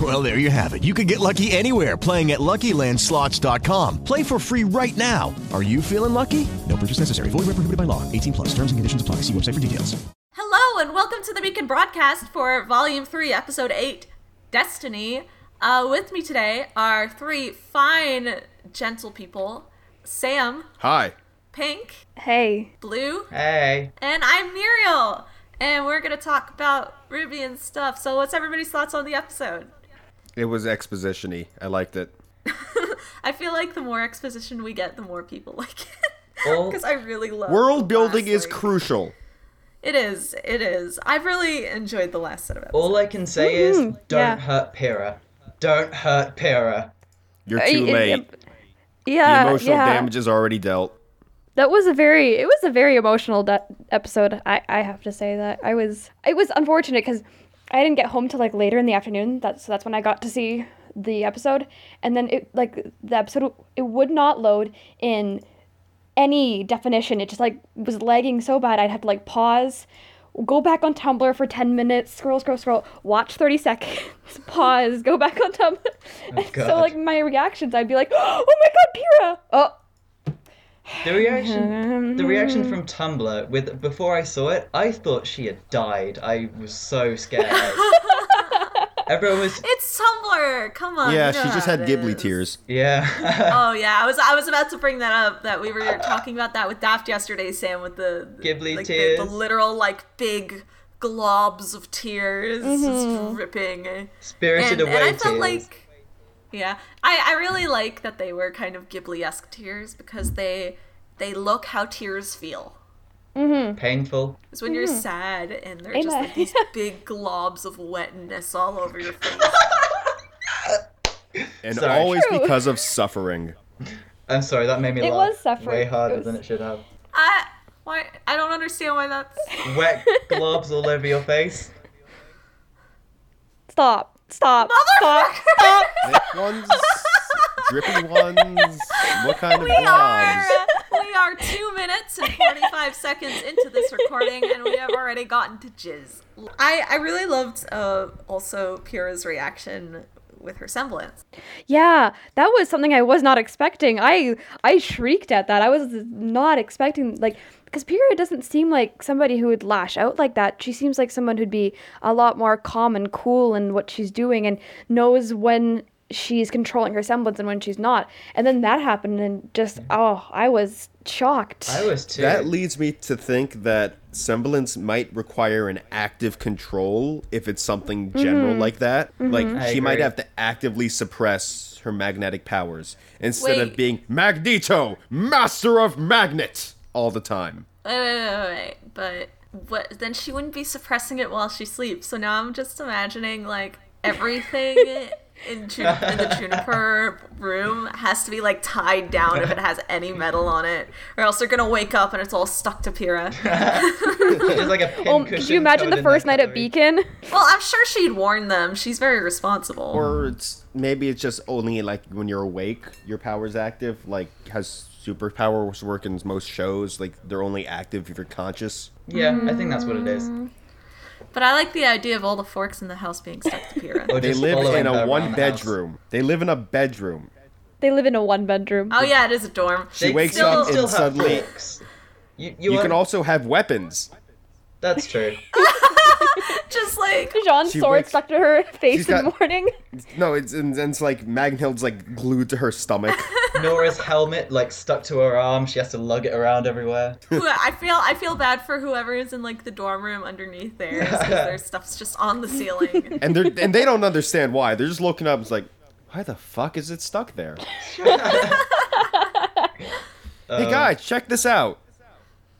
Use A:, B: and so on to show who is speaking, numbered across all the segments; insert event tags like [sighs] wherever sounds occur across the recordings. A: Well, there you have it. You can get lucky anywhere playing at LuckyLandSlots.com. Play for free right now. Are you feeling lucky? No purchase necessary. Void where prohibited by law. 18 plus. Terms and conditions apply. See website for details.
B: Hello, and welcome to the Beacon broadcast for Volume 3, Episode 8 Destiny. Uh, with me today are three fine, gentle people Sam,
C: Hi.
B: Pink,
D: Hey.
B: Blue,
E: Hey.
B: and I'm Muriel. And we're going to talk about Ruby and stuff. So, what's everybody's thoughts on the episode?
C: It was exposition-y. I liked it.
B: I feel like the more exposition we get, the more people [laughs] like it.
E: Well-
B: Because I really love
C: World
B: the
C: building
B: last,
C: is
B: like-
C: crucial.
B: It is. It is. I've really enjoyed the last set of episodes.
E: All I can say is don't
D: Mm, yeah.
E: hurt Pyrrha. Don't hurt Pyrrha.
C: You're too late.
D: Yeah,
C: the emotional
D: yeah.
C: damage is already dealt.
D: That was a very it was a very emotional de- episode. I I have to say that I was it was unfortunate because I didn't get home till like later in the afternoon. That's so that's when I got to see the episode, and then it like the episode it would not load in any definition. It just like was lagging so bad I'd have to like pause. Go back on Tumblr for 10 minutes, scroll, scroll, scroll, watch 30 seconds, [laughs] pause, go back on Tumblr. And [laughs] so,
E: Oh, God.
D: like, my reactions, I'd be like, [gasps] oh my god, Pira! Oh,
E: The
D: Mm-hmm.
E: reaction the reaction from Tumblr with before I saw it, I thought she had died. I was so
D: [laughs]
E: scared. Everyone was
B: It's Tumblr. Come on.
C: Yeah,
B: you know
C: she just
B: how it
C: had Ghibli
B: is.
C: tears.
E: Yeah. [laughs]
B: Oh yeah, I was I was about to bring that up that we were talking about that with Daft yesterday, Sam, with the
E: Ghibli
B: like,
E: tears.
B: the, the literal like big globs of tears just dripping. And,
E: Spirited
B: and
E: away
B: I felt
E: tears.
B: like yeah, I I really like that they were kind of Ghibli esque tears because they they look how tears feel.
E: Painful.
B: It's when you're sad and they're just
D: Amen.
B: like these big globs of wetness all over your face.
C: And
E: Sorry.
C: always because of suffering.
E: I'm sorry, that made me
D: It
E: laugh
D: was suffering.
E: way harder
D: It was-
E: than it should have.
B: I why I don't understand why that's
E: Wet globs all over your face.
D: Stop. Stop. Stop. Stop.
C: Thick
B: [laughs]
C: ones, drippy ones. What kind of
B: We are,
C: blobs?
B: we are two minutes and 45 seconds into this recording, and we have already gotten to jizz. I, I really loved uh, also Pyrrha's reaction with her semblance.
D: Yeah, that was something I was not expecting. I I shrieked at that. I was not expecting like because Pyrrha doesn't seem like somebody who would lash out like that. She seems like someone who'd be a lot more calm and cool in what she's doing and knows when she's controlling her semblance and when she's not. And then that happened and just oh, I was shocked.
E: I was too
C: That leads me to think that semblance might require an active control if it's something general like that. Like she might
E: agree.
C: have to actively suppress her magnetic powers instead of
B: Wait.
C: being Magneto, master of magnet all the time.
B: Wait, wait, wait, wait, wait. But what, then she wouldn't be suppressing it while she sleeps. So now I'm just imagining like everything. [laughs] In, Jun- in the juniper room has to be like tied down if it has any metal on it, or else they're gonna wake up and it's all stuck to [laughs] Pyrrha.
D: [laughs]
E: It's like a pin
D: Um, could you imagine the first night at Beacon? [laughs]
B: Well, I'm sure she'd warn them. She's very responsible.
C: Or it's maybe it's just only like when you're awake, your powers active. Like has superpowers work in most shows. Like they're only active if you're conscious.
E: Yeah, I think that's what it is.
D: Mm.
B: But I like the idea of all the forks in the house being stuck to Pyrrha.
E: Or
C: They
E: just
C: live
E: following
C: in
E: her
C: a
E: around
C: one
E: the house.
C: bedroom. They live in a bedroom.
D: They live in a one bedroom.
B: oh yeah, it is a dorm.
C: She
E: They
C: wakes
E: still-
C: up
E: still
C: and
E: have
C: suddenly
E: forks. You,
C: you
E: are-
C: can also have weapons.
E: That's true.
B: Just like
D: John's
C: She
D: sword
C: wakes-
D: stuck to her [laughs] face
C: she's
D: in the
C: got-
D: morning.
C: No, it's and, and it's like Magnhild's like glued to her stomach.
E: Nora's helmet like stuck to her arm. She has to lug it
C: [laughs]
E: around everywhere.
B: who- I feel I feel bad for whoever is in like the dorm room underneath there because their stuff's just on the ceiling.
C: and they're and they don't understand why. They're just looking up. It's like, why the fuck is it stuck [laughs] there? hey guys, check this out.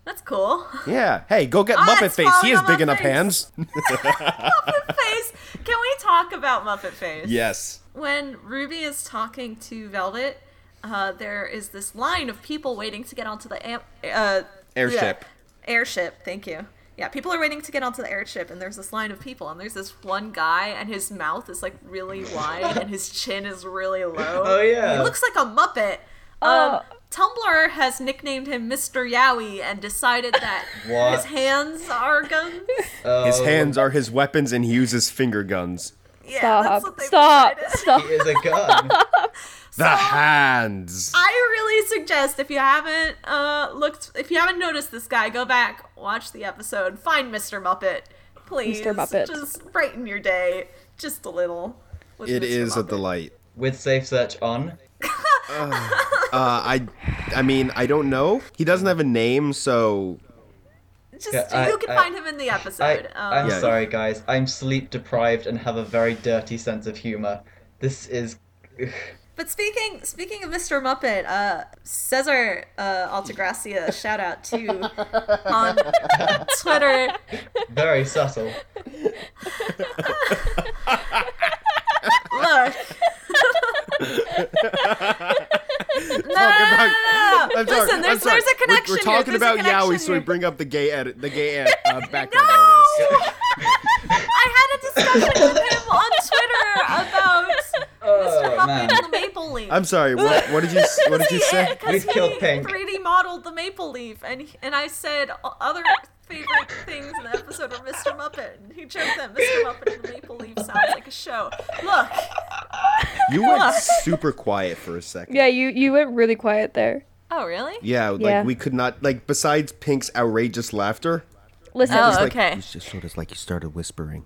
B: That's cool. [laughs]
C: Yeah. Hey, go get
B: Ah,
C: Muppet
B: it's
C: Face. He
B: falling
C: has
B: on
C: big
B: my
C: enough
B: face.
C: hands.
B: Muppet Face. Can we talk about Muppet Face?
C: yes.
B: When Ruby is talking to Velvet, uh, there is this line of people waiting to get onto the amp- uh,
C: Airship.
B: yeah, airship. Thank you. Yeah, people are waiting to get onto the airship, and there's this line of people, and there's this one guy, and his mouth is like
E: [laughs]
B: really wide, and his chin is really low.
E: Oh, yeah.
B: he looks like a muppet.
D: Uh.
B: Um, Tumblr has nicknamed him Mr. Yowie and decided that
E: [laughs] What?
B: his hands are guns.
C: His hands are his weapons, and he uses finger guns.
B: Yeah, that's what
D: Stop.
B: they
D: Stop.
B: decided.
D: Stop.
E: Is a gun.
C: The hands.
B: I really suggest if you haven't uh, looked, if you haven't noticed this guy, go back, watch the episode, find Mr. Muppet, please.
D: Mr. Muppet.
B: Just brighten your day just a little. with
C: It
B: Mr.
C: is a
B: Muppet.
C: delight.
E: With safe search on.
C: Uh, I, I mean, I don't know. He doesn't have a name, so
B: Just
E: Yeah, I-
B: you can
E: I-
B: find him in the
E: I,
B: episode. um,
E: I'm
C: Yeah.
E: sorry, guys. I'm sleep deprived and have a very dirty sense of humor. This is. [laughs]
B: But speaking speaking of Mr. Muppet, uh, Cesar uh, Altagracia, shout out to on [laughs] Twitter.
E: Very subtle.
B: Look,
C: talk about.
B: Listen,
C: I'm sorry, I'm
B: there's-
C: sorry.
B: there's a
C: We're-
B: connection
C: We're,
B: here,
C: talking
B: there's a
C: about Yowie,
B: connection
C: so we
B: here.
C: bring up the gay edit, the gay ed,
B: [laughs]
C: uh, background
B: No!
C: artist.
B: I had a discussion with him on Twitter about
C: Oh,
B: Mr. Muppet
E: man.
B: and the Maple Leaf.
C: I'm sorry. What, what did you s- What did you say?
B: Because
E: We've
B: he
E: killed Pink.
B: 3D modeled the Maple Leaf, and he, and I said o- other favorite things in the episode were Mr. Muppet, and he joked that Mr. Muppet and the Maple Leaf sounds like a show. Look,
C: You went super quiet for a second.
D: Yeah, you you went really quiet there.
B: oh really?
C: Yeah, like
D: Yeah.
C: we could not like besides Pink's outrageous laughter.
D: Listen,
B: Oh,
C: like,
B: okay.
C: It was just sort of like you started whispering.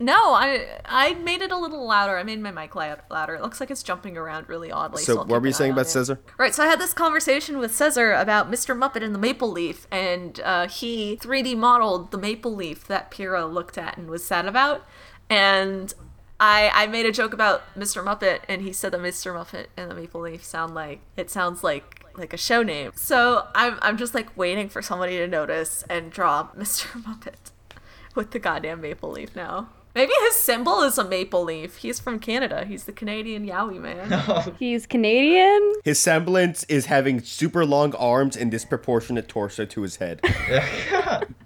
B: No, I I made it a little louder. I made my mic lou- louder. It looks like it's jumping around really oddly.
C: So
B: I'll
C: what
B: keep
C: were you
B: an
C: saying
B: eye on
C: about
B: it.
C: Cesar?
B: Right, so I had this conversation with Cesar about Mr. Muppet and the Maple Leaf, and uh, he 3D modeled the Maple Leaf that Pyrrha looked at and was sad about. And I, I made a joke about Mr. Muppet, and he said that Mr. Muppet and the Maple Leaf sound like it sounds like like a show name. So I'm I'm just like waiting for somebody to notice and draw [laughs] Mr. Muppet with the goddamn maple leaf now. Maybe his symbol is a maple leaf. He's from Canada. He's the Canadian Yowie man.
D: he's Canadian.
C: His semblance is having super long arms and disproportionate torso to
B: [laughs]
C: his head.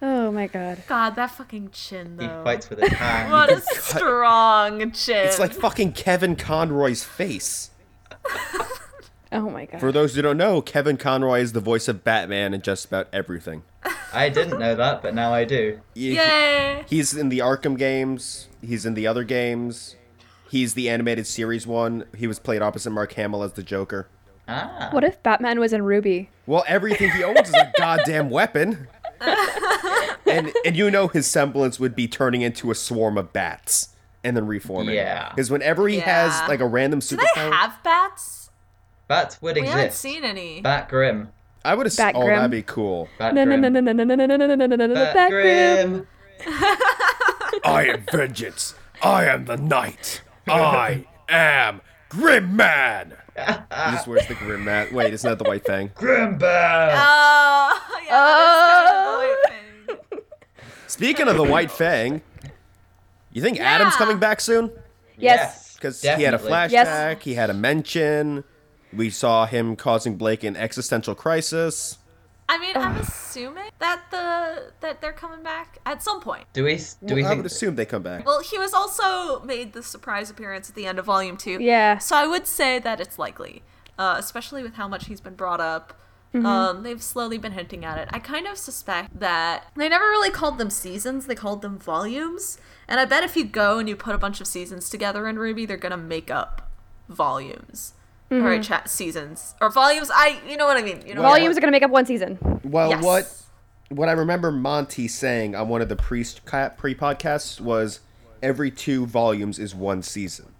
D: Oh my god.
B: God, that fucking chin
E: He
B: though.
E: fights with his hand.
B: What a strong chin.
C: It's like fucking Kevin Conroy's face.
D: Oh my god.
C: For those who don't know, Kevin Conroy is the voice of Batman in just about everything.
E: I didn't know that, but now I do.
C: He-
B: Yay!
C: He's in the Arkham games. He's in the other games. He's the animated series one. He was played opposite Mark Hamill as the Joker.
D: What if Batman was in Ruby?
C: Well, everything he owns
B: [laughs]
C: is a goddamn weapon. and and you know his semblance would be turning into a swarm of bats and then reforming.
E: Yeah.
C: Because whenever he
B: Yeah.
C: has like a random
B: Do they
C: superpower,
B: have bats?
E: Bats would
B: We
E: exist.
B: haven't seen any.
E: Bat Grim.
C: I would assume.
D: Bat
C: Oh,
D: Grim.
C: that'd be cool.
E: Bat
D: No no
E: Grim.
D: no no no no no no no no no no no no
E: Bat,
D: Bat Grim.
E: Grim.
C: I am vengeance. I am the knight. [laughs] I am Grim Man. he just wears the Grim Man. Wait, it's not the white thing.
E: Grim Bat.
B: Oh, yeah, that is kind of the white thing.
C: Speaking of the White Fang, you think Adam's coming back soon?
D: Yes.
C: Because he had a
E: Definitely.
C: flashback,
D: Yes.
C: he had a mention. We saw him causing Blake an existential crisis.
B: I mean,
C: [sighs]
B: I'm assuming that the that they're coming back at some point.
E: Do we? Do we
C: I would
E: think?
C: assume they come back.
B: Well, he was also made the surprise appearance at the end of Volume Two.
D: Yeah.
B: So I would say that it's likely, uh, especially with how much he's been brought up. Um, they've slowly been hinting at it. I kind of suspect that they never really called them seasons; they called them volumes. And I bet if you go and you put a bunch of seasons together in Ruby, they're gonna make up volumes or chat seasons or volumes. I, you know what I mean. You know what I
D: Volumes are gonna make up one season.
C: Well,
B: Yes.
C: what what I remember Monty saying on one of the pre pre podcasts was every two volumes is one season,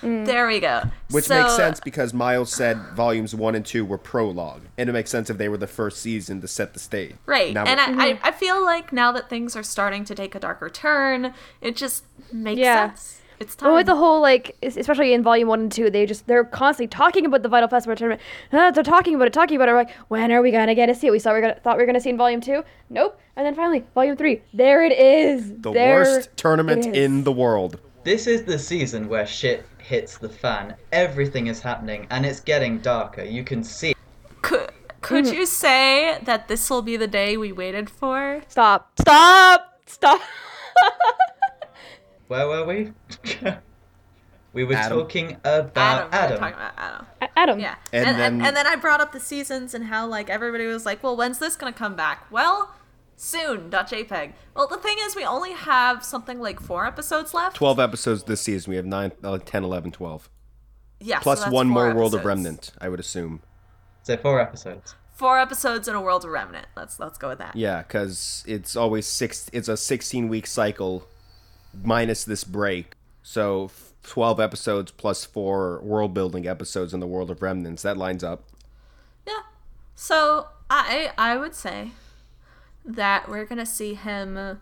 B: mean? There we go.
C: which
B: So-
C: makes sense because Miles said volumes one and two were prologue, and it makes sense if they were the first season to set the stage.
B: Right.
C: Now-
B: and I,
D: Mm-hmm.
B: I, I feel like now that things are starting to take a darker turn, it just makes
D: Yeah.
B: sense. It's time.
D: But with the whole like, es- especially in Volume One and Two, they just they're constantly talking about the Vital Festival tournament. Ah, they're talking about it, talking about it. We're like, when are we gonna get to see it? We saw we gonna, thought we were gonna see it in Volume Two. Nope. And then finally, Volume Three. There it is.
C: the
D: There
C: worst tournament
D: it is.
C: in the world.
E: This is the season where shit hits the fan. Everything is happening, and it's getting darker. You can see.
B: Could- Could
D: Mm-hmm.
B: you say that this will be the day we waited for?
D: Stop. Stop. Stop.
E: Where were we? [laughs] we were
C: Adam.
E: talking
B: Adam.
E: about Adam.
B: we were talking about Adam.
D: Adam.
B: Yeah.
C: And
B: And, and, and,
C: then-
B: then I brought up the seasons and how like everybody was like, well, when's this gonna come back? Well, soon. JPEG. Well, the thing is, we only have something like four episodes left.
C: 12 episodes this season. We have 9, uh, 10, 11, 12.
B: Yeah. so
C: Plus
B: that's
C: one
B: four
C: more World of
B: episodes.
C: Remnant, I would assume.
E: So four episodes.
B: Four episodes in a World of Remnant. Let's let's go with that.
C: Yeah, because it's always six. It's a 16 week cycle minus this break. So f- 12 episodes plus four world building episodes in the World of Remnants. That lines up.
B: Yeah. So I I would say that we're gonna see him uh,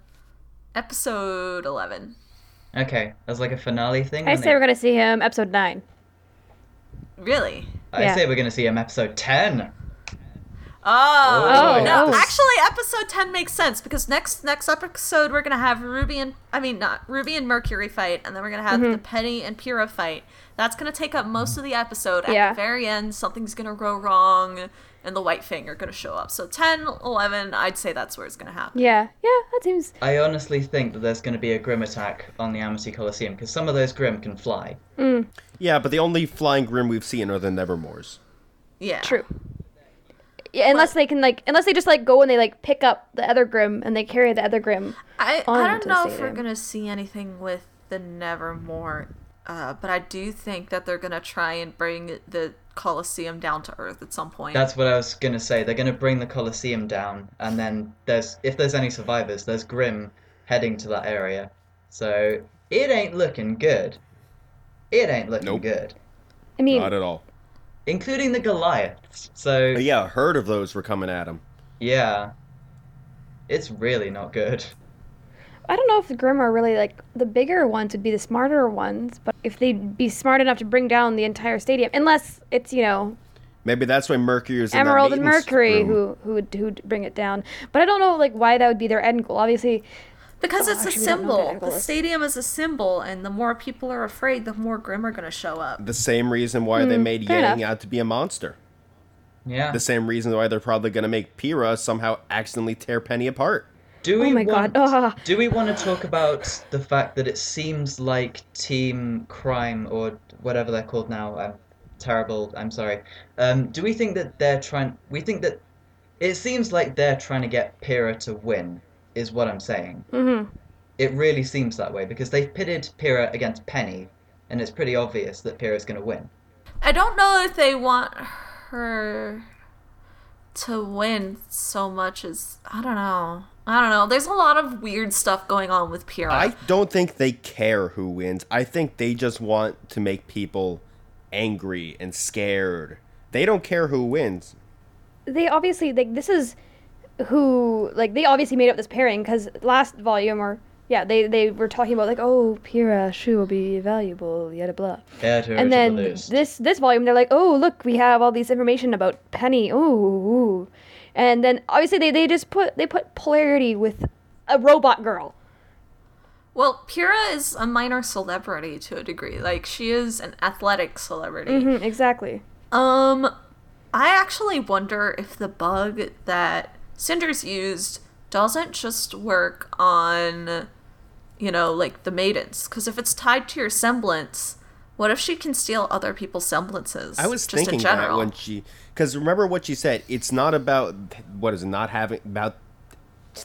B: episode eleven.
E: Okay, as like a finale thing.
D: I
E: when
D: say
E: they-
D: we're gonna see him episode nine.
B: Really?
E: I
D: yeah.
E: say we're gonna see him episode ten.
B: Oh,
E: Oh,
B: no!
D: oh.
B: Actually, episode ten makes sense because next next episode we're gonna have Ruby and I mean not Ruby and Mercury fight, and then we're gonna have
D: Mm-hmm.
B: the Penny and Pyrrha fight. That's gonna take up most of the episode. At
D: Yeah.
B: the very end, something's gonna go wrong, and the White Fang are gonna show up. So 10, 11, I'd say that's where it's gonna happen.
D: Yeah. Yeah. That seems.
E: I honestly think that there's going to be a grim attack on the Amity Coliseum because some of those grim can fly.
C: Yeah, but the only flying grim we've seen are the Nevermores.
B: Yeah,
D: True. Yeah, unless they can like, unless they just like go and they like pick up the other Grim and they carry the other Grim.
B: I,
D: On
B: I don't
D: to
B: know
D: see
B: if we're
D: them.
B: gonna see anything with the Nevermore, uh, but I do think that they're gonna try and bring the Colosseum down to Earth at some point.
E: That's what I was going to say. They're going to bring the Coliseum down, and then there's if there's any survivors, there's Grim heading to that area. So it ain't looking good. It ain't looking
C: Nope.
E: good,
D: I mean,
C: Not at all.
E: including the Goliaths. So
C: But yeah, a herd of those were coming at him.
E: yeah, it's really not good.
D: I don't know if the Grim are really like the bigger ones would be the smarter ones, but if they'd be smart enough to bring down the entire stadium, unless it's you know
C: Maybe that's why Mercury is in that
D: Emerald and
C: maintenance
D: Mercury
C: room.
D: who who would who'd bring it down. But I don't know like why that would be their end goal. Obviously,
B: Because it's a
D: Oh, actually, we don't know that
B: symbol.
D: angle
B: The
D: is-
B: stadium is a symbol, and the more people are afraid, the more grim are going to show up.
C: The same reason why they made
D: Hmm, fair
C: Yang
D: enough.
C: out to be a monster.
E: Yeah.
C: The same reason why they're probably going to make Pyrrha somehow accidentally tear Penny apart.
E: Do we
D: Oh my
E: want,
D: God. Ah.
E: Do we want to talk about the fact that it seems like Team Crime or whatever they're called now? I'm terrible. I'm sorry. Um, do we think that they're trying? We think that it seems like they're trying to get Pyrrha to win. Is what I'm saying. Mm-hmm. It really seems that way because they've pitted Pyrrha against Penny, and it's pretty obvious that Pyrrha's going to win.
B: I don't know if they want her to win so much as I don't know. I don't know. There's a lot of weird stuff going on with Pyrrha.
C: I don't think they care who wins. I think they just want to make people angry and scared. They don't care who wins.
D: they obviously like this is who like they obviously made up this pairing because last volume or yeah they they were talking about like oh Pyrrha she will be valuable yada blah and then this this volume they're like oh look we have all these information about Penny ooh, ooh. and then obviously they they just put they put polarity with a robot girl
B: well, Pyrrha is a minor celebrity to a degree. Like she is an athletic celebrity.
D: Mm, exactly
B: Um, I actually wonder if the bug that Cinders used doesn't just work on, you know, like the maidens. Because if it's tied to your semblance, what if she can steal other people's semblances?
C: I was
B: just
C: thinking
B: in
C: that
B: general.
C: when she, because remember what she said. It's not about what is it, not having about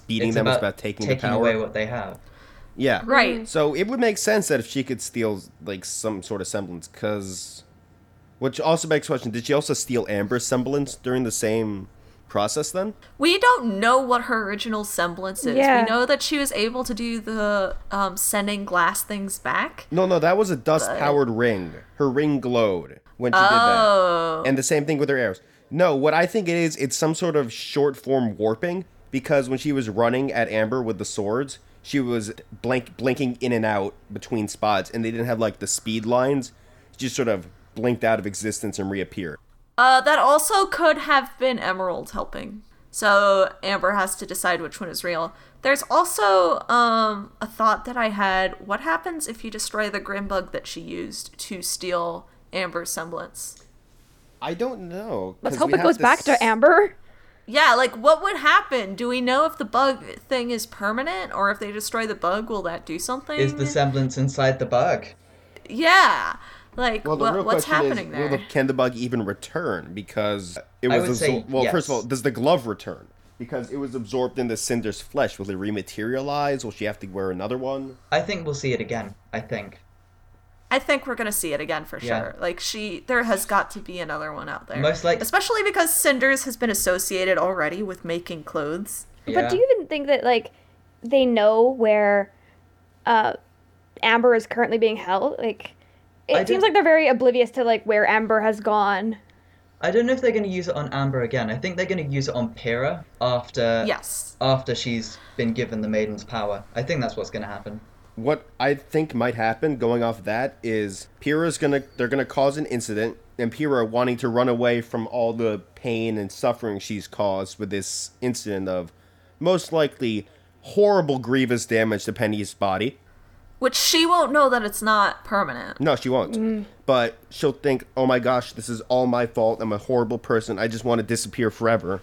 C: beating
E: it's
C: them.
E: about
C: it's about taking,
E: taking
C: the power.
E: away what they have.
C: yeah,
B: Right.
C: So it would make sense that if she could steal like some sort of semblance, because which also begs the question: Did she also steal Amber's semblance during the same process? Then
B: We don't know what her original semblance is.
D: Yeah.
B: We know that she was able to do the um, sending glass things back.
C: no, no, that was a dust-powered ring. Her ring glowed when she did that, and the same thing with her arrows. No, what I think it is, it's some sort of short-form warping because when she was running at Amber with the swords. She was blank blinking in and out between spots, and they didn't have like the speed lines. She just sort of blinked out of existence and reappeared.
B: Uh, that also could have been Emerald helping. So Amber has to decide which one is real. There's also um, a thought that I had. What happens if you destroy the Grimbug that she used to steal Amber's semblance?
C: I don't know.
D: Let's
C: 'cause
D: hope
C: we
D: it
C: have
D: goes
C: this-
D: back to
E: [laughs]
D: Amber.
B: Yeah, like what would happen? Do we know if the bug thing is permanent or if they destroy the bug will that do something?
E: Is the semblance inside the bug?
B: Yeah. Like
C: Well, the
B: what,
C: real
B: what's
C: question
B: happening
C: is, will
B: there?
C: the, can the bug even return? Because it
E: I
C: was
E: would say
C: absor- well. First of all,
E: yes.
C: does the glove return? Because it was absorbed into Cinder's flesh. Will it rematerialize? Will she have to wear another one?
E: I think we'll see it again. I think.
B: I think we're gonna see it again for
E: Yeah.
B: sure. Like she, there has got to be another one out there.
E: Most like-
B: especially because Cinders has been associated already with making clothes.
E: Yeah.
D: But do you even think that like they know where uh, Amber is currently being held? Like it
E: I
D: seems
E: don't-
D: like they're very oblivious to like where Amber has gone.
E: I don't know if they're going to use it on Amber again. I think they're going to use it on Pyrrha after
B: Yes.
E: after she's been given the Maiden's power. I think that's what's going to happen.
C: What I think might happen, going off that, is Pyrrha's gonna they're gonna cause an incident, and Pyrrha wanting to run away from all the pain and suffering she's caused with this incident of most likely horrible grievous damage to Penny's body.
B: Which she won't know that it's not permanent.
C: No, she won't. But she'll think, "Oh my gosh, this is all my fault. I'm a horrible person. I just want to disappear forever."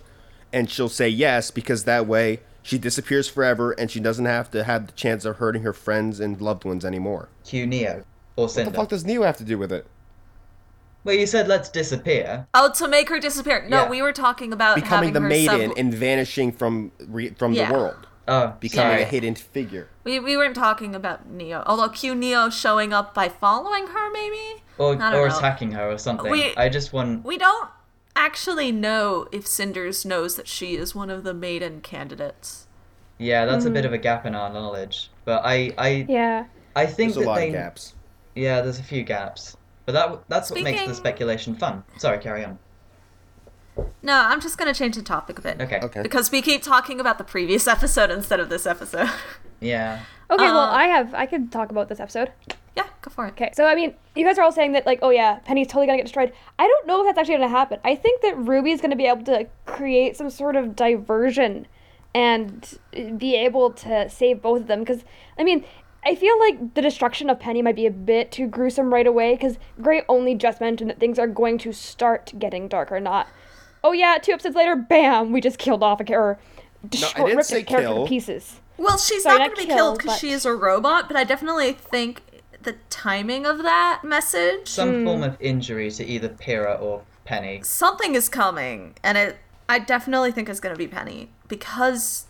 C: And she'll say yes because that way she disappears forever and she doesn't have to have the chance of hurting her friends and loved ones anymore.
E: Q Neo or
C: What
E: Cinder.
C: the fuck does Neo have to do with it?
E: well, you said let's disappear.
B: Oh, to make her disappear. No,
E: Yeah.
B: we were talking about
C: Becoming
B: having
C: the
B: her
C: maiden
B: sub-
C: and vanishing from re- from
B: Yeah.
C: the world,
E: Oh,
C: becoming
E: sorry.
C: a hidden figure.
B: we we weren't talking about Neo. Although Q Neo showing up by following her, maybe.
E: Or,
B: I don't
E: or
B: know.
E: attacking her or something.
B: We-
E: I just want.
B: We don't actually know if Cinders knows that she is one of the maiden candidates.
E: Yeah, that's a bit
B: Mm.
E: of a gap in our knowledge. But I, I,
D: Yeah.
E: I think
C: There's a
E: that
C: lot
E: they.
C: of gaps.
E: Yeah, there's a few gaps. But that that's what makes the
B: Speaking-
E: speculation fun. Sorry, carry on.
B: No, I'm just gonna change the topic a bit.
E: Okay.
C: Okay.
B: Because we keep talking about the previous [laughs] episode instead of this episode. [laughs]
E: Yeah.
D: Okay, well I have I could talk about this episode.
B: yeah, go for it.
D: Okay, so I mean, you guys are all saying that like, oh yeah, Penny's totally gonna get destroyed. I don't know if that's actually gonna happen. I think that Ruby's gonna be able to create some sort of diversion, and be able to save both of them. Because I mean, I feel like the destruction of Penny might be a bit too gruesome right away. Because Gray only just mentioned that things are going to start getting darker, not, oh yeah, two episodes later, bam, we just killed off a character.
C: I didn't say
D: character
C: kill.
D: to pieces.
B: Well, she's
D: Sorry,
B: not
D: not
B: gonna be
D: kill,
B: killed because
D: but-
B: she is a robot, but I definitely think the timing of that message
E: Some form of injury to either Pyrrha or Penny.
B: something is coming, and it I definitely think it's gonna be Penny because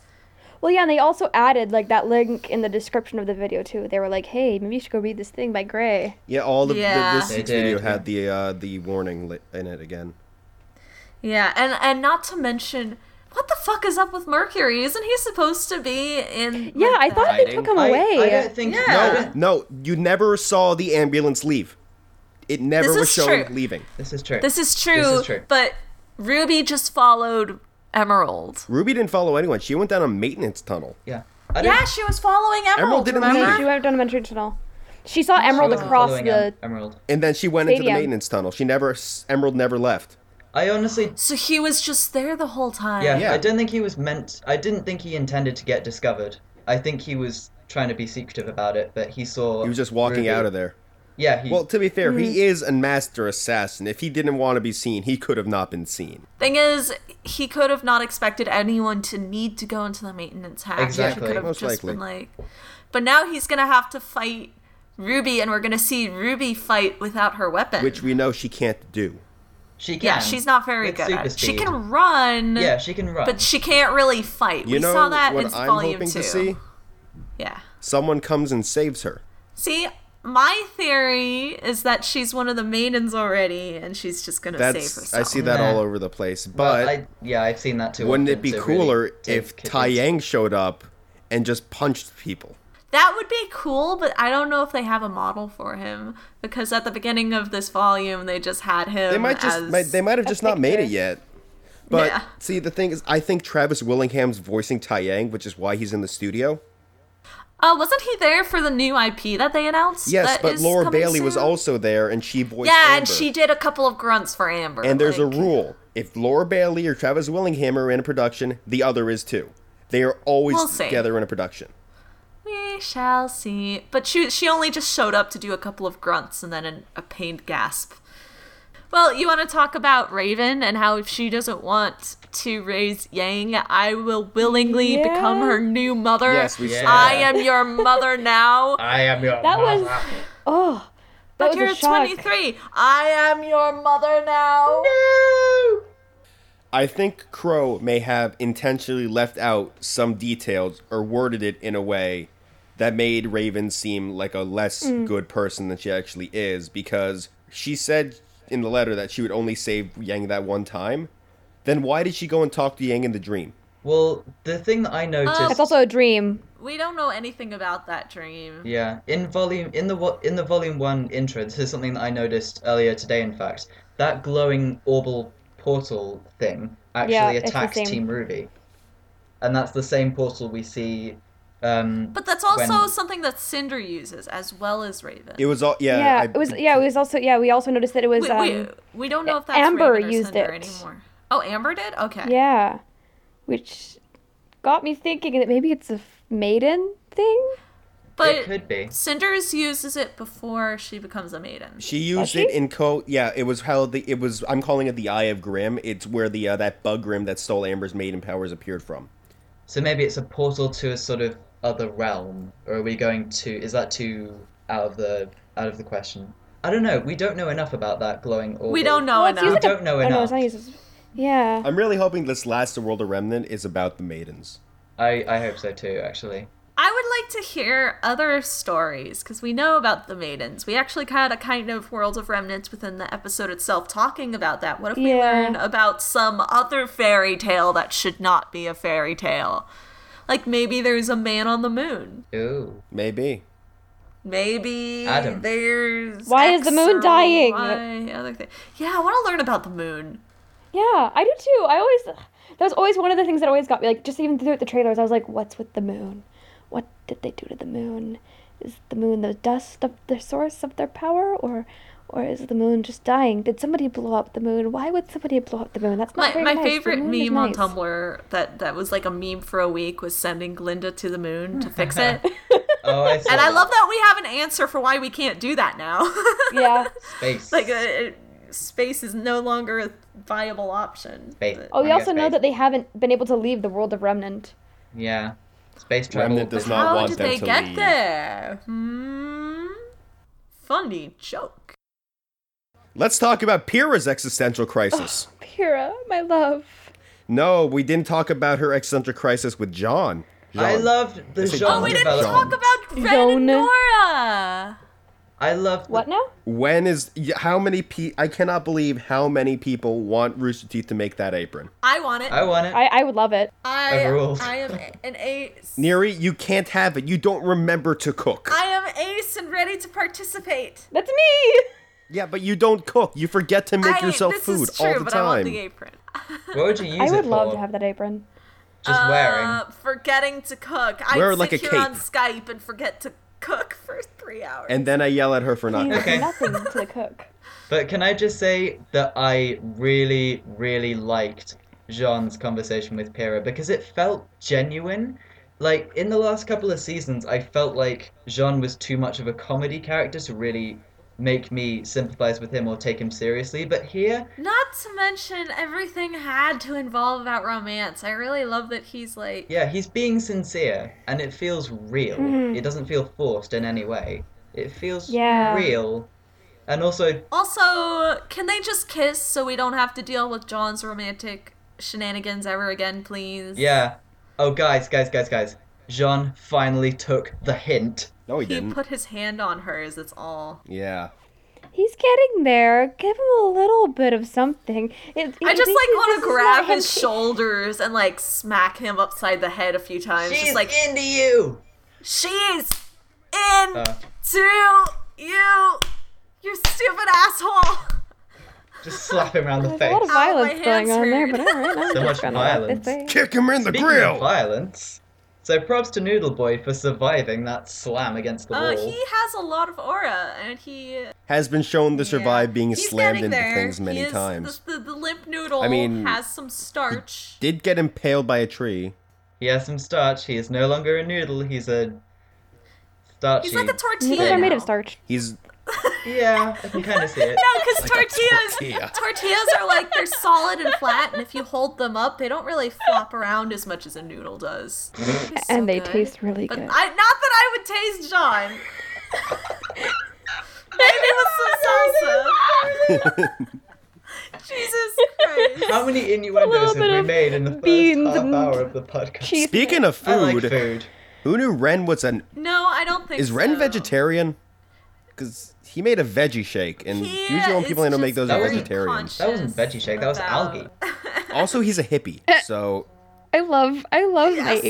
D: Well, yeah, and they also added like that link in the description of the video too. They were like, "Hey, maybe you should go read this thing by Gray."
C: Yeah, all the,
B: Yeah.
C: the this
E: They
C: week's
E: did,
C: video
E: yeah.
C: had the uh, the warning lit in it again.
B: yeah, and and not to mention what the fuck is up with Mercury? Isn't he supposed to be in?
D: Yeah,
B: like,
D: I
B: the-
D: thought they took him
E: I,
D: away.
E: I don't think.
B: Yeah.
C: No,
E: I don't-
C: no, you never saw the ambulance leave. It never
B: This
C: was
B: is
C: shown
B: true.
C: leaving.
E: This is true.
B: This is true.
E: This is true.
B: But Ruby just followed Emerald.
C: Ruby didn't follow anyone. She went down a maintenance tunnel.
E: Yeah. I don't,
B: Yeah, she was following Emerald.
C: Emerald didn't
B: remember?
D: Yeah,
C: leave.
D: she went down a mentoring tunnel. She saw Emerald
E: wasn't
D: across
E: following
D: the.
E: Em- Emerald.
C: And then she went into the
D: Stadium.
C: maintenance tunnel. She never Emerald never left.
E: I honestly.
B: So he was just there the whole time.
E: Yeah,
C: Yeah.
E: I don't think he was meant. I didn't think he intended to get discovered. I think he was trying to be secretive about it, but he saw.
C: He was just walking out of there.
E: Yeah, he.
C: Well, to be fair,
B: Mm-hmm.
C: he is a master assassin. If he didn't want to be seen, he could have not been seen.
B: Thing is, he could have not expected anyone to need to go into the maintenance hatch.
E: Exactly.
B: He could have
C: Most
B: just
C: likely.
B: been like. But now he's gonna have to fight Ruby, and we're gonna see Ruby fight without her weapon.
C: Which we know she can't do.
E: she can.
B: yeah, she's not very
E: with
B: good.
E: Super
B: At it. She
E: speed.
B: can run.
E: Yeah, she can run.
B: But she can't really fight.
C: You
B: we
C: know
B: saw that
C: what
B: in
C: I'm
B: volume
C: hoping
B: two.
C: to see?
B: Yeah.
C: Someone comes and saves her.
B: See, my theory is that she's one of the maidens already, and she's just gonna save
C: That's
B: herself.
C: I see that
E: Nah.
C: all over the place. But
E: Well, I, yeah, I've seen that too.
C: wouldn't
E: often
C: it be
E: to really
C: cooler
E: take
C: if
E: kids.
C: Tai Yang showed up and just punched people?
B: That would be cool, but I don't know if they have a model for him because at the beginning of this volume, they just had him.
C: They might just
B: as-
C: might, they might have just not made it
D: picture.
C: yet. But
B: Yeah.
C: see, the thing is, I think Travis Willingham's voicing Tai Yang, which is why he's in the studio.
B: Uh, wasn't he there for the new IP that they announced?
C: Yes,
B: that
C: but
B: is
C: Laura
B: coming
C: Bailey was
B: soon?
C: also there, and she voiced.
B: Yeah, and
C: Amber.
B: she did a couple of grunts for Amber.
C: And there's
B: like-
C: a rule: if Laura Bailey or Travis Willingham are in a production, the other is too. They are always
B: We'll see.
C: together in a production.
B: We shall see. But she she only just showed up to do a couple of grunts and then an, a pained gasp. Well, you want to talk about Raven and how if she doesn't want to raise Yang, I will willingly
D: Yeah.
B: become her new mother.
C: Yes, we saw
B: I am
C: that.
B: your mother
E: [laughs]
B: now.
E: I am your
D: That was-
E: [laughs] mother.
D: Oh, that
B: but
D: was
B: you're
D: a shock.
B: 23. I am your mother now.
C: I think Crow may have intentionally left out some details or worded it in a way that made Raven seem like a less
D: Mm.
C: good person than she actually is because she said in the letter that she would only save Yang that one time. Then why did she go and talk to Yang in the dream?
E: Well, the thing that I noticed.
D: It's also a dream.
B: We don't know anything about that dream.
E: Yeah, in volume in the wo- in the volume one intro, this is something that I noticed earlier today. In fact, that glowing orbital portal thing actually
D: Yeah, it's the
E: attacks
D: same.
E: Team Ruby, and that's the same portal we see. Um,
B: But that's also
E: When-
B: something that Cinder uses as well as Raven.
C: It was all yeah.
E: Uh,
D: Yeah,
C: I-
D: it was. Yeah, it was also. Yeah, we also noticed that it was.
B: we,
D: um,
B: we, we don't know if that's
D: Amber
B: Raven or
D: used
B: Cinder
D: it.
B: anymore. Oh, Amber did? Okay.
D: Yeah, which got me thinking that maybe it's a f- maiden thing.
E: it
B: But
E: could be.
B: Cinders uses it before she becomes a maiden.
C: She used it in co. Yeah, it was how the it was. I'm calling it the Eye of Grim. It's where the uh, that bug Grim that stole Amber's maiden powers appeared from.
E: So maybe it's a portal to a sort of other realm, or are we going to? Is that too out of the out of the question? I don't know. We don't know enough about that glowing orb.
B: We don't know
D: Well, it's
B: enough.
D: used
E: We
D: at-
E: don't know
D: oh, no,
E: enough.
D: it's not used. as- Yeah.
C: I'm really hoping this last The World of Remnant is about the maidens.
E: I I hope so too. Actually,
B: I would like to hear other stories because we know about the maidens. We actually had a kind of World of Remnants within the episode itself talking about that. What if we
D: Yeah.
B: learn about some other fairy tale that should not be a fairy tale? Like maybe there's a man on the moon.
E: ooh,
C: Maybe.
B: Maybe
E: Adam.
B: there's
D: Why is the
B: X
D: moon
B: or
D: dying?
B: Y, other thing. Yeah, I want to learn about the moon.
D: Yeah, I do too. I always that was always one of the things that always got me. Like just even throughout the trailers, I was like, "What's with the moon? What did they do to the moon? Is the moon the dust of the source of their power, or or is the moon just dying? Did somebody blow up the moon? Why would somebody blow up the moon? That's not
B: My,
D: very
B: my
D: nice. The
B: favorite
D: moon is
B: meme on
D: nice.
B: Tumblr that, that was like a meme for a week was sending Glinda to the moon to fix it. [laughs]
E: oh, I
B: And I love that we have an answer for why we can't do that now.
D: [laughs]
B: [laughs]
D: Yeah.
E: space.
B: like uh, space is no longer a viable option.
E: Space.
D: Oh, we
E: Yeah,
D: also know
E: space.
D: that they haven't been able to leave the world of Remnant.
E: Yeah. Space travel.
C: Remnant does
E: is-
C: not- I
B: How
C: want
B: did
C: them
B: they
C: to
B: get
C: leave.
B: there? Hmm. Funny joke.
C: Let's talk about Pyrrha's existential crisis.
B: Oh
D: Pyrrha, my love.
C: No, we didn't talk about her existential crisis with John.
E: I
C: Jean.
E: loved the
C: Is it
E: genre
C: John?
B: Oh, we didn't
E: development.
B: talk about Fred and
D: Yona.
B: Nora.
E: I loved the-
D: What now?
C: When is y- how many pe? I cannot believe how many people want Rooster Teeth to make that apron.
B: I want it.
E: I want it.
D: I, I would love it.
B: I,
E: Overruled.
B: I am a- an ace.
C: Neri, you can't have it. You don't remember to cook.
B: I am ace and ready to participate.
D: That's me.
C: yeah, but you don't cook. You forget to make
B: I,
C: yourself
B: this
C: food
B: is true,
C: all the
B: but
C: time.
B: I want the apron.
E: What would you use
D: I
E: it
D: would
E: for?
D: love to have that apron.
E: Just wearing.
B: Uh, forgetting to cook. I
C: Wear
B: sit
C: like a
B: here
C: cape.
B: on Skype and forget to cook for three hours.
C: and then I yell at her for not.
D: Please,
C: cooking.
E: Okay.
D: nothing to the cook.
E: But can I just say that I really, really liked Jean's conversation with Pyrrha because it felt genuine. Like in the last couple of seasons, I felt like Jean was too much of a comedy character to really make me sympathize with him or take him seriously. But here,
B: Not to mention everything had to involve about romance. I really love that he's like
E: Yeah, he's being sincere, and it feels real. It doesn't feel forced in any way. It feels
D: Yeah.
E: real, and also
B: Also, can they just kiss so we don't have to deal with John's romantic shenanigans ever again, please?
E: yeah. Oh, guys, guys, guys, guys. Jean finally took the hint.
C: No, he,
B: He
C: didn't.
B: put his hand on hers, that's all.
C: yeah.
D: He's getting there. Give him a little bit of something. It,
B: I just like want to grab his
D: shoulder.
B: shoulders and like smack him upside the head a few times.
E: She's
B: just like
E: into you.
B: she's in
E: Uh.
B: to you, you stupid asshole.
E: Just slap him around the
D: There's a lot of
E: face.
B: Ow, my
D: violence going on there,
B: hands
D: but
B: hurt.
D: alright,
E: [laughs]
D: I'm
E: So much
D: just gonna let
E: violence.
D: this thing.
C: Kick him in the
E: Speaking of
C: grill.
E: violence, so props to Noodle Boy for surviving that slam against the
B: Uh,
E: wall.
B: he has a lot of aura, and he
C: Has been shown to survive being
B: He's
C: slammed
B: getting
C: into
B: there.
C: things many
B: He is-
C: times.
B: The, the, the limp noodle
C: I mean,
B: has some starch.
C: Did get impaled by a tree.
E: He has some starch. He is no longer a noodle. He's a starchy.
B: He's like a tortilla.
D: Noodles are made
B: now.
D: of starch.
C: He's
E: Yeah, I can kind of see it.
B: [laughs] No, because tortillas
C: tortilla.
B: tortillas are like they're solid and flat, and if you hold them up, they don't really flop around as much as a noodle does. It's so
D: and they
B: good.
D: taste really
B: But I,
D: good.
B: not that I would taste
D: [laughs]
B: John. Maybe with
D: [laughs]
B: some salsa. [laughs] Jesus Christ.
E: How many innuendos
D: bit
E: have we
D: of
E: made in the first
D: beans
E: half
D: and
E: hour of the podcast?
D: Cheese.
C: Speaking of
E: I like
C: food,
E: food.
C: who knew Ren was an
B: No, I don't think
C: is Ren
B: so.
C: vegetarian? Because he made a veggie shake, and
B: He
C: usually when people
B: is
C: I know make
B: just
C: those are
E: very
C: vegetarians.
E: That wasn't veggie
B: conscious
E: shake. That was
B: about-
E: algae.
C: Also, he's a
D: [laughs]
C: hippie, so
D: I love I love my
B: Yes.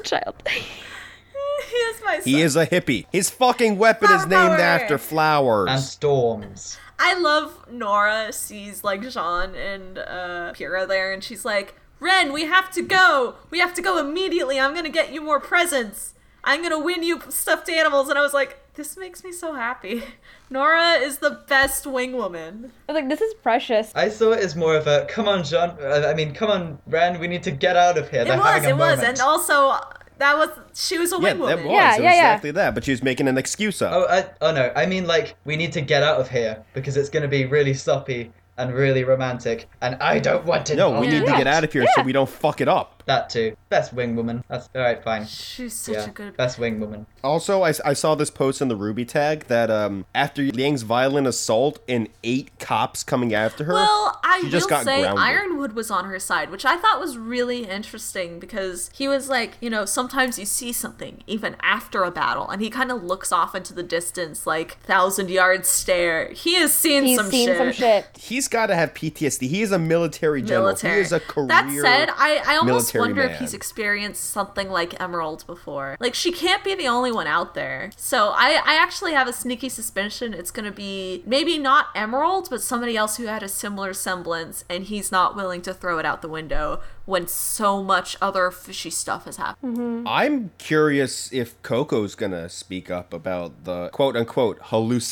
B: [laughs]
D: child.
B: he is my son.
C: he is a hippie. His fucking weapon is named
B: Flower.
C: after
E: And
C: flowers.
E: storms.
B: I love Nora sees like Jean and uh, Pyrrha there, and she's like, "Ren, we have to go. We have to go immediately. I'm gonna get you more presents. I'm gonna win you stuffed animals." And I was like, "This makes me so happy. [laughs] Nora is the best wing woman."
D: I was like, this is precious.
E: I saw it as more of a come on, John. uh, I mean, come on, Ren. We need to get out of here. They're
B: it was,
E: having a
B: it was,
E: moment.
B: and also that was she was a
C: Yeah,
B: wing
C: that was
B: woman.
D: Yeah,
C: it was
D: yeah, yeah.
C: exactly that. But she was making an excuse up.
E: Oh, I, oh no! I mean, like, we need to get out of here because it's going to be really soppy and really romantic, and I don't want to.
C: no, we need to
D: Yeah.
C: get out of here so we don't fuck it up.
E: that too. Best wing woman. That's all right. Fine.
B: She's such
E: Yeah,
B: a good.
E: best wing woman.
C: Also, I, I saw this post in the Ruby tag that um after Liang's violent assault and eight cops coming after her,
B: Well, I
C: she
B: will
C: just got
B: say
C: grounded.
B: Ironwood was on her side, which I thought was really interesting because he was like, you know, sometimes you see something even after a battle, and he kind of looks off into the distance, like thousand yard stare. He has seen
D: He's
B: some
D: seen
B: shit.
D: some shit.
C: he's got to have PTSD. He is a military general.
B: Military.
C: He is a career.
B: that said, I, I almost
C: military
B: wonder if
C: man.
B: he's experienced something like Emerald before. Like she can't be the only one out there. So I, I actually have a sneaky suspicion it's gonna be maybe not Emerald, but somebody else who had a similar semblance and he's not willing to throw it out the window when so much other fishy stuff has
E: Hmm.
B: happened.
C: I'm curious if Coco's gonna speak up about the quote unquote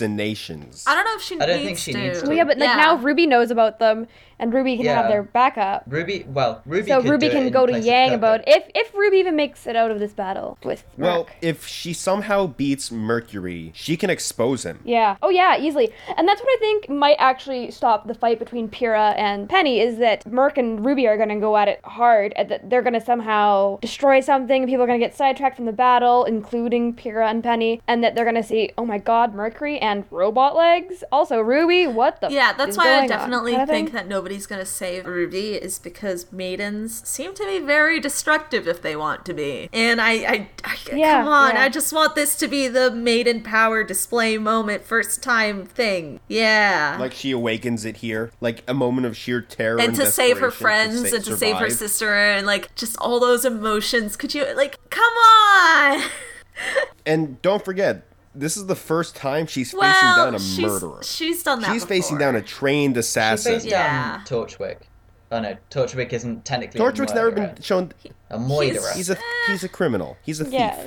C: hallucinations.
B: I don't know if she
E: I don't
B: needs
E: think she
B: to.
E: needs to.
D: Well, yeah, but like
B: Yeah.
D: now Ruby knows about them, and Ruby can have
E: Yeah.
D: their backup.
E: Ruby. Well, Ruby.
D: so
E: could
D: Ruby
E: do it
D: can
E: in
D: go to
E: place of
D: Yang
E: Coco.
D: about if if Ruby even makes it out of this battle with
C: well,
D: Merc.
C: if she somehow beats Mercury, she can expose him.
D: Yeah. Oh yeah, easily. And that's what I think might actually stop the fight between Pyrrha and Penny is that Merc and Ruby are gonna go at it hard and that they're gonna somehow destroy something, people are gonna get sidetracked from the battle, including Pyrrha and Penny, and that they're gonna see, oh my god, Mercury and robot legs. Also Ruby, what the
B: Yeah,
D: f-
B: that's
D: is
B: why I
D: going on?"
B: definitely
D: Kinda
B: think
D: thing.
B: that nobody's going to save Ruby is because maidens seem to be very destructive if they want to be. And I, I, I
D: Yeah,
B: come on,
D: yeah.
B: I just want this to be the maiden power display moment, first time thing. Yeah.
C: Like she awakens it here, like a moment of sheer terror
B: and to save her
C: desperation,
B: friends
C: sa-
B: and to save her
C: survive.
B: sister and like just all those emotions. Could you like come on?
C: And don't forget, this is the first time she's facing
B: Well,
C: down a
B: she's,
C: murderer.
B: she's done that.
C: she's facing
B: before.
C: down a trained
E: She
C: assassin.
E: faced
B: Yeah.
E: down Torchwick. Oh no, Torchwick isn't technically. a
C: Torchwick's never
E: murderer.
C: been shown.
E: A moiderer.
C: He's a he's a criminal. He's a thief.
D: Yeah.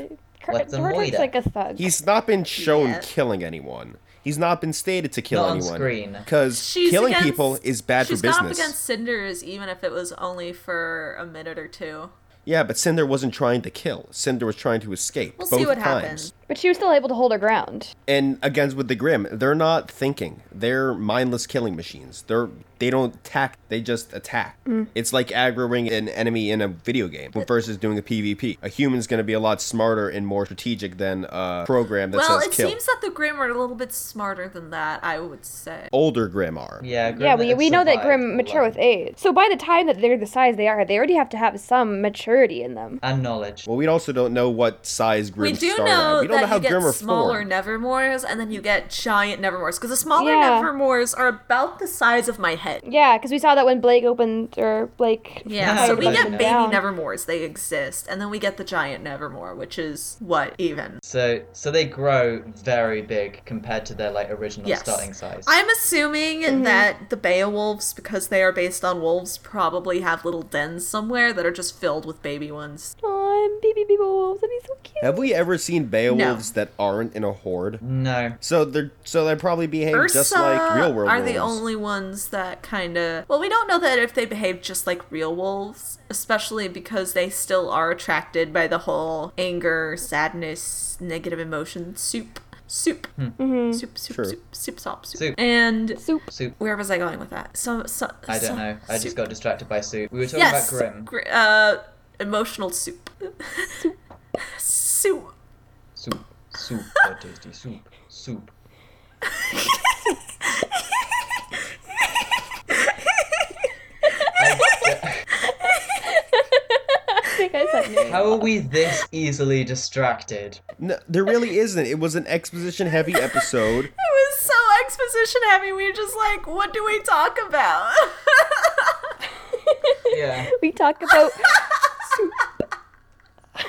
E: What's a
D: George
E: moida?
D: like a thug.
C: He's not been shown
B: Yeah.
C: killing anyone. He's not been stated to kill
E: Not on
C: anyone.
E: screen.
C: Because
B: She's
C: killing
B: against-
C: people is bad for
B: she's gone up
C: business.
B: against Cinders, even if it was only for a minute or two.
C: Yeah, but Cinder wasn't trying to kill. Cinder was trying to escape.
B: We'll
C: both
B: see what
C: times.
B: happens.
D: But she was still able to hold her ground.
C: And against with the Grim, they're not thinking. They're mindless killing machines. They're they don't attack. They just attack.
B: Mm.
C: It's like aggroing an enemy in a video game versus doing a PvP. A human's going to be a lot smarter and more strategic than a program that
B: Well,
C: says
B: it
C: kill.
B: seems that the Grim are a little bit smarter than that, I would say.
C: Older Grim are.
E: Yeah, Grim
D: Yeah, we,
E: had
D: we know that
E: survived
D: Grim
E: all
D: mature
E: that.
D: with age. So by the time that they're the size they are, they already have to have some maturity in them.
E: and knowledge.
C: Well, we also don't know what size Grim
B: We do
C: start
B: know
C: at. We don't
B: that
C: know how
B: you get
C: Grim are
B: smaller
C: formed.
B: Nevermores and then you get giant Nevermores because the smaller
D: Yeah.
B: Nevermores are about the size of my head.
D: Yeah, because we saw that when Blake opened or Blake.
B: Yeah,
E: Yeah,
B: so we
E: but-
B: get baby
D: Down.
B: Nevermores, they exist, and then we get the giant Nevermore, which is what even.
E: So so they grow very big compared to their like original
B: Yes.
E: starting size.
B: I'm assuming
E: Mm-hmm.
B: that the Beowulfs, because they are based on wolves, probably have little dens somewhere that are just filled with baby ones.
D: Aw, and baby baby wolves, that'd be so cute.
C: Have we ever seen Beowulfs that aren't in a horde?
E: No.
C: So they're so they probably behave just
B: Ursa
C: like real world
B: are
C: wolves.
B: the only ones that kind of well we don't know that if they behave just like real wolves especially because they still are attracted by the whole anger sadness negative emotion soup soup. Soup, soup,
C: True.
B: soup, soup, sop, soup.
E: Hmm. Soup.
B: And
D: Soup.
E: Soup.
B: where was I going with that? So, so,
E: I don't know. I just got distracted by soup. We were talking
B: yes,
E: about Grim.
B: gr- uh, emotional soup. soup.
E: Soup. Soup. Oh, tasty soup. Soup. [laughs] I-
D: I think I said no.
E: How are we this easily distracted?
C: No, there really isn't. It was an
B: [laughs]
C: exposition heavy episode.
B: It was so exposition heavy. We were just like, what do we talk about? [laughs]
E: Yeah.
D: We talk about
B: soup.
E: I'm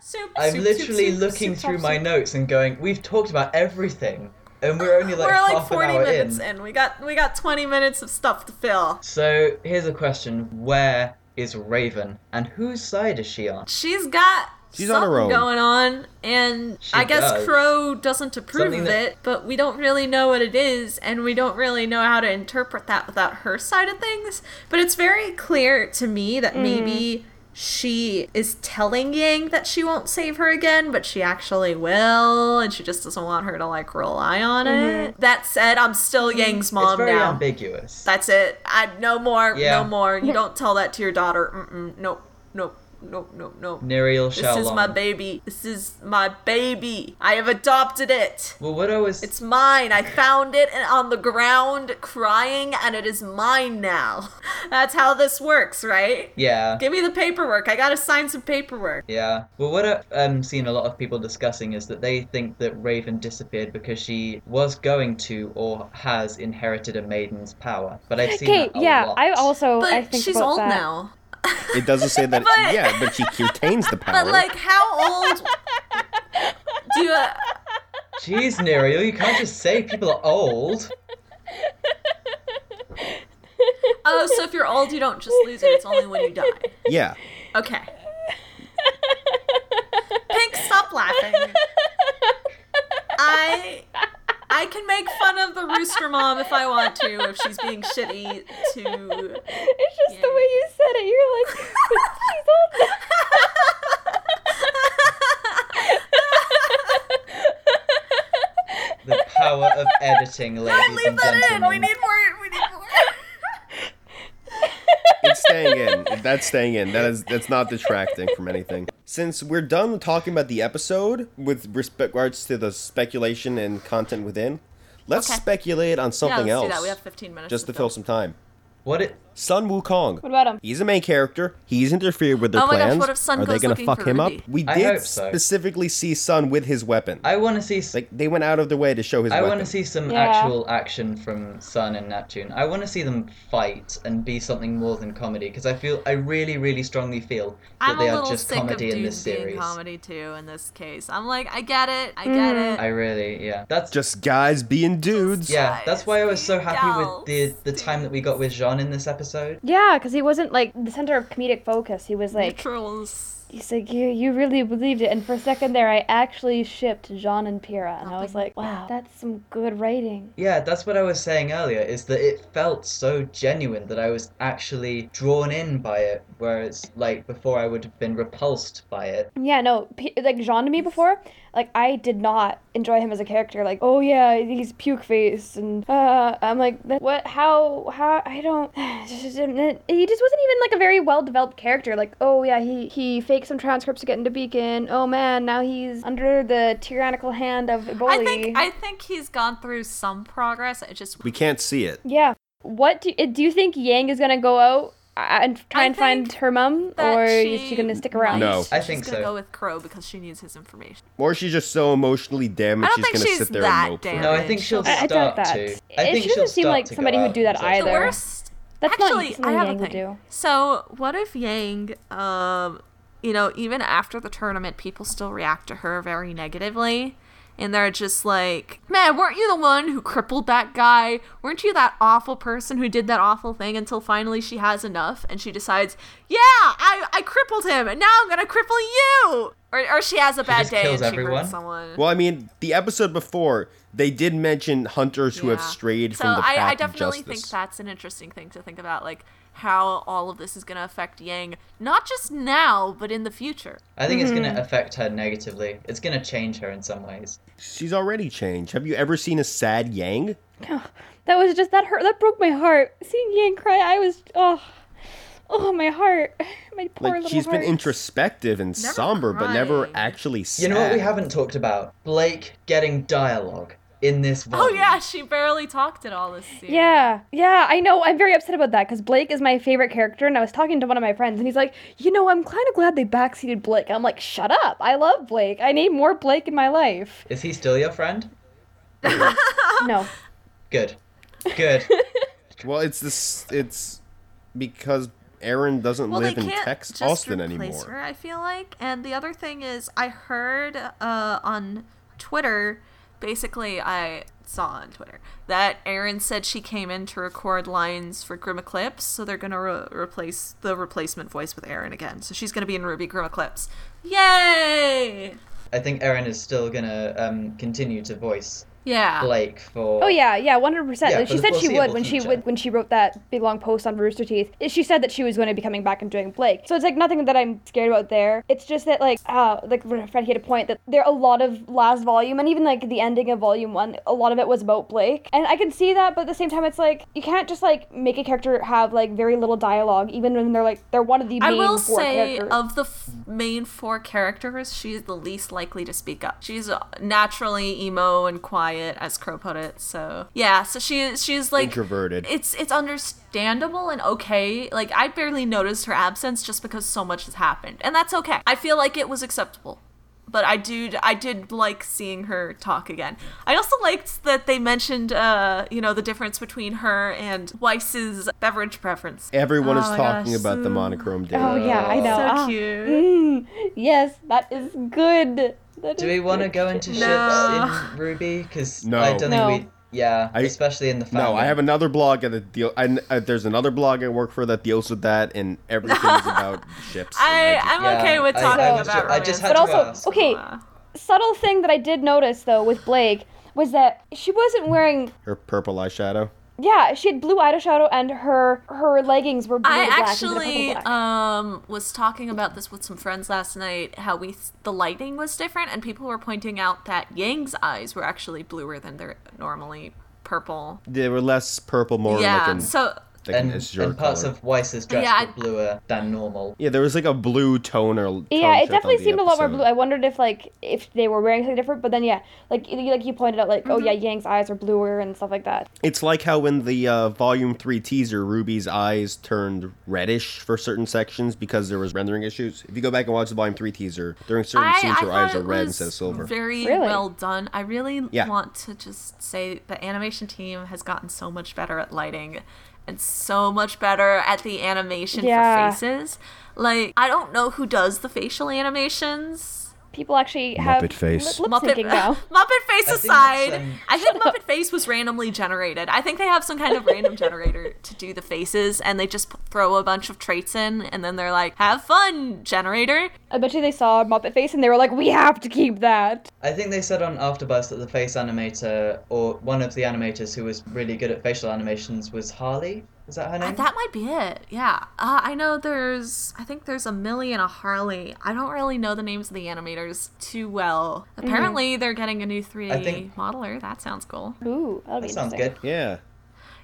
B: soup, soup,
E: literally
B: soup,
E: looking
B: soup,
E: through
B: sop,
E: my
B: soup.
E: notes and going, we've talked about everything, and we're only like
B: We're
E: half
B: like 40
E: an hour
B: minutes
E: in.
B: in. We got we got 20 minutes of stuff to fill.
E: So here's a question: Where is Raven, and whose side is she on?
B: She's got
C: She's on
B: something
C: her own.
B: going on, and
E: She
B: I guess
E: does.
B: Crow doesn't approve
E: Something
B: of
E: that-
B: it, but we don't really know what it is, and we don't really know how to interpret that without her side of things. But it's very clear to me that maybe she is telling Yang that she won't save her again, but she actually will, and she just doesn't want her to like rely on it. That said, I'm still Yang's
E: It's
B: mom
E: very
B: now.
E: ambiguous.
B: That's it. I no more.
E: Yeah.
B: No more. You don't tell that to your daughter. Mm-mm, nope. Nope. Nope. Nope. Nope.
E: Neriel
B: This
E: Shalom.
B: is my baby. This is my baby. I have adopted it.
E: Well, what I was
B: It's mine. I found it and on the ground crying, and it is mine now. [laughs] That's how this works, right?
E: yeah.
B: Give me the paperwork. I gotta sign some paperwork.
E: Yeah. Well, what I've um, seen a lot of people discussing is that they think that Raven disappeared because she was going to or has inherited a maiden's power. But I've seen
D: Okay,
E: that a
D: yeah,
E: lot.
D: I also
B: But
D: I think
B: she's
D: about
B: old
D: that.
B: now.
C: It doesn't say that.
B: But-
C: yeah, but she retains the power.
B: [laughs] But like, how
D: [laughs]
B: old? Do you? Uh,
E: Jeez, Neriel, you can't just say people are old.
B: oh, so if you're old, you don't just lose it. It's only when you die.
C: yeah,
B: Okay. Pink, stop laughing. I I can make fun of the rooster mom if I want to, if she's being shitty to
D: It's just the way you said it. You're like she's old. now."
E: The power of
B: [laughs]
E: editing, ladies
B: leave
E: and
B: that
E: gentlemen.
B: in. We need more we need more
C: it's staying in. That's staying in. That is that's not detracting from anything. Since we're done talking about the episode with respect regards to the speculation and content within, let's
B: Okay.
C: speculate on
B: Yeah,
C: something
B: let's
C: else.
B: do that. We have fifteen minutes.
C: just to fill some time.
E: What it?
C: Sun Wukong. What
D: about him?
C: He's a main character. He's interfered with their
B: Oh my gosh,
C: plans.
B: what if Sun
C: Are they
B: goes
C: gonna
B: looking
C: fuck
B: for
C: him
B: Rudy?
C: up? We
E: I
C: did
E: hope so.
C: specifically see Sun with his weapon.
E: I want to see. s
C: like they went out of their way to show his
E: I
C: weapon.
E: want to see some
D: Yeah.
E: actual action from Sun and Neptune. I want to see them fight and be something more than comedy because I feel, I really, really strongly feel that
B: I'm
E: they
B: a
E: are
B: little
E: just
B: sick of
E: comedy
B: Dune
E: in this
B: being
E: series.
B: comedy too in this case. I'm like, I get it, I get it.
E: Mm. I really, yeah. That's
C: just guys being dudes.
E: yeah. That's why I was so happy
B: Girls.
E: with the the time that we got with Jean in this episode.
D: Yeah, because he wasn't like the center of comedic focus. He was like,
B: Trolls.
D: he's like, you, you really believed it. And for a second there, I actually shipped Jean and Pira,
B: Oh
D: and I was like, wow, that's some good writing.
E: Yeah, that's what I was saying earlier. Is that it felt so genuine that I was actually drawn in by it, whereas like before I would have been repulsed by it.
D: Yeah, no, P- like Jean to me before, like I did not enjoy him as a character. Like, oh yeah, he's puke face, and uh, I'm like, "Th- what? How? How? I don't. [sighs] he just wasn't even like a very well developed character. Like, oh yeah, he he faked some transcripts to get into Beacon. Oh man, now he's under the tyrannical hand of Eboli.
B: I think I think he's gone through some progress. It just
C: We can't see it.
D: Yeah. What do you, do you think Yang is gonna go out uh, and try
B: I
D: and find
B: think
D: her mum,
B: that
D: or is she
B: she
D: gonna stick around?
C: No.
E: I
B: She's
E: think
B: gonna
E: so.
B: go with Crow because she needs his information.
C: Or she's just so emotionally
B: I
C: damaged
B: don't
C: she's
B: think
C: gonna
B: she's
C: sit there
B: that
C: and mope. for
B: damaged.
C: it.
E: No, I think she'll
D: I- I
E: start
D: doubt that.
E: to. I
D: It-
E: think
D: she
E: she'll
D: doesn't seem
E: start
D: like
E: to go
D: somebody who'd
E: out
D: do that
E: and say,
B: The
D: either.
B: worst.
D: That's not
B: actually,
D: something
B: I have
D: Yang
B: a
D: would
B: thing.
D: do.
B: So what if Yang, um, you know, even after the tournament, people still react to her very negatively. And they're just like, man, weren't you the one who crippled that guy? Weren't you that awful person who did that awful thing until finally she has enough and she decides, yeah, I, I crippled him and now I'm going to cripple you? Or, or she has a bad
E: just
B: day
E: kills
B: and she
E: everyone.
B: hurts someone.
C: Well, I mean, the episode before they did mention hunters who have
B: Yeah.
C: strayed
B: so
C: from the path
B: I, I
C: of
B: definitely
C: justice.
B: think that's an interesting thing to think about. Like, how all of this is going to affect Yang, not just now, but in the future.
E: I think it's
D: Mm-hmm.
E: going to affect her negatively. It's going to change her in some ways.
C: She's already changed. Have you ever seen a sad Yang?
D: That was just that hurt. That broke my heart. Seeing Yang cry, I was oh, oh my heart, my poor
C: Like
D: little
C: she's been
D: heart.
C: introspective and somber, but never
B: crying.
C: actually sad.
E: You know what we haven't talked about? Blake getting dialogue in this
B: Oh,
E: volume.
B: yeah, she barely talked at all this series.
D: Yeah, yeah, I know. I'm very upset about that because Blake is my favorite character, and I was talking to one of my friends, and he's like, "You know, I'm kind of glad they backseated Blake." I'm like, "Shut up! I love Blake. I need more Blake in my life."
E: Is he still your friend?
D: No,
E: Good. Good.
C: Well, it's this. It's because Aaron doesn't
B: Well,
C: live
B: they
C: in
B: can't
C: Texas,
B: just
C: Austin
B: replace
C: anymore.
B: her, I feel like. And the other thing is, I heard uh, on Twitter, basically, I saw on Twitter that Erin said she came in to record lines for Grim Eclipse, so they're gonna re- replace the replacement voice with Erin again. So she's gonna be in Ruby Grim Eclipse. Yay!
E: I think Erin is still going to um, continue to voice
B: Yeah.
E: Blake for.
D: Oh yeah, yeah, one hundred
E: Yeah,
D: percent.
E: for
D: She
E: the
D: said she would
E: foreseeable
D: when she
E: future.
D: would when she wrote that big long post on Rooster Teeth. She said that she was going to be coming back and doing Blake. So it's like nothing that I'm scared about there. It's just that like uh like Fred hit a point that there a lot of last volume and even like the ending of volume one, a lot of it was about Blake, and I can see that. But at the same time, it's like you can't just like make a character have like very little dialogue, even when they're like they're one of the
B: I
D: main
B: will
D: four
B: say, uh,
D: characters.
B: of the f- main four characters, she is the least likely to speak up. She's uh, naturally emo and quiet, as Crow put it. So yeah, so she is she's like
C: Introverted.
B: It's it's understandable and okay. Like I barely noticed her absence just because so much has happened, and that's okay. I feel like it was acceptable. But I do, I did like seeing her talk again. I also liked that they mentioned, uh, you know, the difference between her and Weiss's beverage preference.
C: Everyone is
B: Oh my
C: talking
B: gosh,
C: about the
B: so-
C: monochrome day.
D: oh yeah, I know.
B: So
D: Ah,
B: cute.
D: mm, yes, that is good. That
E: Do
D: is
E: we want to
D: good.
E: go into
B: No.
E: ships in Ruby? Because
C: No.
E: I don't think
D: No.
E: we. Yeah,
C: I-
E: especially in the family.
C: No, I have another blog and deal. I, uh, there's another blog I work for that deals with that, and
D: [laughs]
C: everything is about ships.
B: I,
C: and just-
B: I'm okay with
E: I- I
B: talking
E: was ju-
B: about
E: I just
B: romance.
E: had
D: But
E: to ask.
D: also, okay,
B: Uh,
D: subtle thing that I did notice though with Blake was that she wasn't wearing
C: her purple eyeshadow.
D: yeah she had blue eyeshadow and her her leggings were blue
B: I
D: and black instead of
B: actually
D: purple black.
B: um, was talking about this with some friends last night. How we the lighting was different, and people were pointing out that Yang's eyes were actually bluer than they're normally purple.
C: They were less purple, more like
B: yeah,
C: an,
B: so
C: like an
E: And,
C: azure
E: and parts
C: color.
E: of Weiss's dress
B: Yeah, I-
E: were bluer than normal.
C: yeah, there was like a blue tone or tone
D: yeah
C: shift on
D: it definitely
C: the
D: seemed a lot more
C: episode.
D: blue I wondered if like if they were wearing something different but then yeah like you- like you pointed out like oh
B: Mm-hmm.
D: yeah Yang's eyes are bluer and stuff like that
C: It's like how in the uh, volume three teaser, Ruby's eyes turned reddish for certain sections because there was rendering issues. If you go back and watch the volume three teaser, during certain
B: I,
C: scenes,
B: I
C: her
B: thought
C: eyes are
B: it
C: red
B: was
C: instead of silver.
B: Very
D: Really?
B: well done. I really
C: Yeah.
B: want to just say the animation team has gotten so much better at lighting and so much better at the animation
D: Yeah.
B: for faces. Like I don't know who does the facial animations.
D: people actually have
A: Muppet face.
D: lip
B: Muppet [laughs]
D: syncing now
B: Muppet Face
E: I think that's,
B: aside,
E: um,
B: I think Muppet Face was randomly generated. I think they have some kind of random generator to do the faces and they just p- throw a bunch of traits in and then they're like, "Have fun, generator."
D: I bet you they saw Muppet face and they were like we have to keep that
E: I think they said on Afterbuzz that the face animator, or one of the animators who was really good at facial animations, was Harley. Is that her name?
B: And that might be it. Yeah. Uh, I know there's, I think there's a Millie and a Harley. I don't really know the names of the animators too well.
D: Mhm.
B: Apparently, they're getting a new 3D
E: think-
B: modeler. That sounds cool.
D: ooh that'll be
E: That sounds
D: interesting.
E: good.
C: Yeah.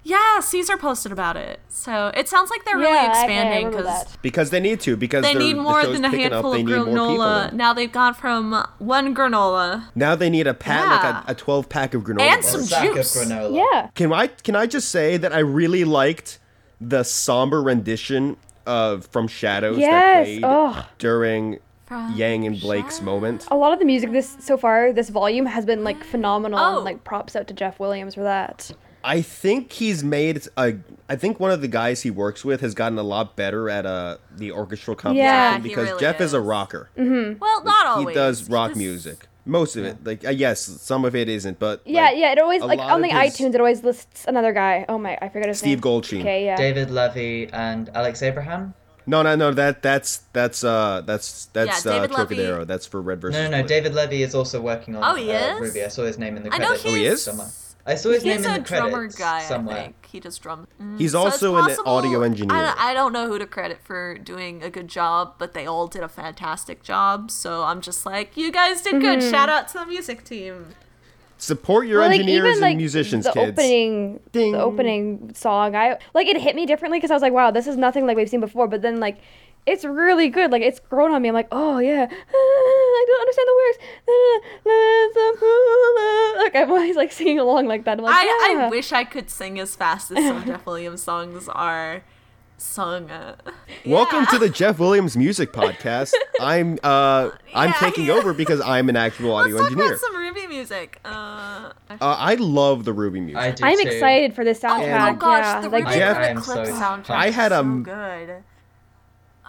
B: Yeah, Caesar posted about it. So it sounds like they're
D: yeah
B: really
D: I- I
B: expanding
D: remember
B: because
D: that
C: Because they need to, because
B: they
C: they're-
B: need
C: the
B: more
C: show's
B: than a
C: picking up,
B: handful
C: they
B: of
C: need more people
B: granola.
C: in.
B: Now they've gone from one granola
C: Now they need a pack,
B: Yeah.
C: like a, a 12 pack of granola.
B: And
C: bars.
B: some
E: Sack
B: juice.
E: of granola.
D: yeah
C: Can I can I just say that I really liked the somber rendition of From Shadows that
D: Yes,
C: played
D: ugh.
C: during
B: From
C: Yang and Blake's moment.
D: A lot of the music this so far, this volume has been
B: [gasps]
D: like phenomenal.
B: Oh.
D: And, like props out to Jeff Williams for that.
C: I think he's made a. I think one of the guys he works with has gotten a lot better at uh the orchestral composition
D: Yeah, he
C: because
B: really
C: Jeff is. a
B: is.
C: rocker.
B: Well, not always.
C: He does rock
B: because-
C: music. Most of it, like uh, yes, some of it isn't, but
D: Yeah,
C: like,
D: yeah. It always
C: a
D: like
C: lot
D: on the
C: of his-
D: iTunes, it always lists another guy. Oh my, I forgot his
C: Steve
D: name.
C: Goldstein.
D: Okay, yeah.
E: David Levy and Alex Abraham.
C: No, no, no. That that's that's uh that's that's
B: Yeah,
C: uh,
B: David Levy-
C: Trocadero. That's for Red versus.
E: No, no, no.
C: Blue.
E: David Levy is also working on
B: Oh, he
E: uh,
B: is?
E: Ruby. I saw his name in the
B: I know
E: credits.
B: he's.
C: he is?
E: somewhere. I saw his
B: He's
E: name
B: a
E: in the
B: drummer
E: credits
B: guy,
E: somewhere.
B: I think. He just drums. Mm,
C: He's
B: so it's
C: also an
B: possible-
C: audio engineer.
B: I, I don't know who to credit for doing a good job, but they all did a fantastic job. So I'm just like, you guys did good.
C: Mm-hmm.
B: Shout out to the music team.
C: Support your
D: Well,
C: engineers
D: even,
C: and
D: like,
C: musicians,
D: the
C: kids.
D: opening,
C: Ding.
D: the opening song, I like it hit me differently because I was like, wow, this is nothing like we've seen before. But then like, it's really good. Like it's grown on me. I'm like, oh yeah, [laughs] I don't understand the words. [laughs] Like I'm always like singing along like that. I'm like,
B: I,
D: yeah.
B: I wish I could sing as fast as some Jeff Williams songs are sung. Uh,
C: Welcome to the Jeff
B: [laughs]
C: Williams Music Podcast. I'm uh I'm
B: Yeah.
C: taking over because I'm an
B: [laughs]
C: actual
B: Let's
C: audio
B: talk
C: engineer.
B: about some Ruby music. Uh,
C: uh, I love the Ruby music.
E: I do
D: I'm
E: too.
D: excited for this soundtrack.
B: oh gosh,
D: yeah,
B: the
D: like,
B: Ruby
C: Jeff-
E: I am
B: Clip
E: so
B: soundtrack.
C: I had,
B: is so
C: um,
B: good.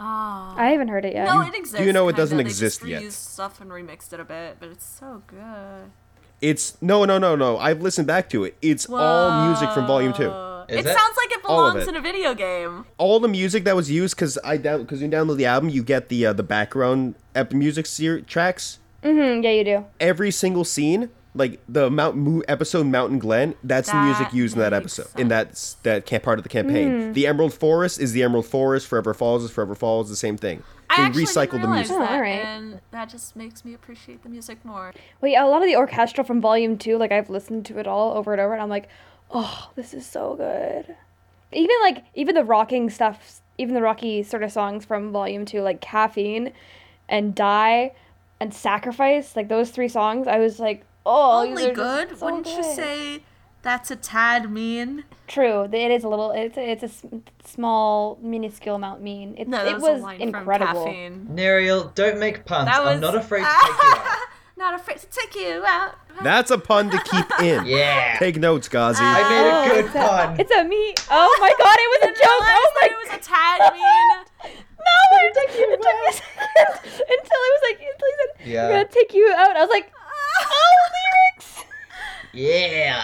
D: I haven't heard it yet.
B: No, it exists.
C: you know it
B: kinda.
C: doesn't
B: They just
C: exist yet.
B: reused stuff and remixed it a bit, but it's so good.
C: It's no, no, no, no. I've listened back to it. It's all music from Volume Two.
B: it,
E: Is it?
B: sounds like it
C: All of
B: belongs
C: it.
B: in a video game.
C: All the music that was used because I down because you download the album, you get the uh, the background ep- music ser- tracks.
D: Mm, yeah, you do.
C: Every single scene, like the Mount Mo- episode Mountain Glen, that's the music
B: That
C: used in that
B: makes Hmm.
C: episode in that s- that camp part of the campaign. The Emerald Forest is the Emerald Forest. Forever Falls is Forever Falls. The same thing.
B: I
C: They
B: actually
C: recycled
B: didn't
C: the
B: realize
C: music.
B: That,
D: Oh, alright.
B: And that just makes me appreciate the music more.
D: Well, yeah, a lot of the orchestral from Volume Two, like I've listened to it all over and over, and I'm like, oh, this is so good. Even like even the rocking stuff, even the rocky sort of songs from Volume Two, like Caffeine, and Die, and Sacrifice, like those three songs, I was like, oh, these
B: Only
D: are just
B: good,
D: so
B: wouldn't you
D: good.
B: say? That's a tad mean.
D: True, it is a little, it's a, it's a s- small, minuscule amount mean. It,
B: No, that
D: it
B: was,
D: was
B: a line
D: incredible.
B: from caffeine.
E: Neriel, don't make puns.
B: That was
E: I'm not afraid
B: [laughs]
E: to take you out.
B: Not afraid to take you out.
C: That's a pun to keep in.
E: [laughs] Yeah.
C: Take notes, Gazi.
E: I
B: Oh,
E: made a good pun.
D: It's a me. Oh my god,
B: [laughs]
D: it was a joke. Oh my
B: Realized that it was a tad [laughs] mean.
D: No, it took, you it took me a second [laughs] until it was like until he said,
E: Yeah.
D: "We're gonna take you out." I was like, "Oh, lyrics."
E: Yeah.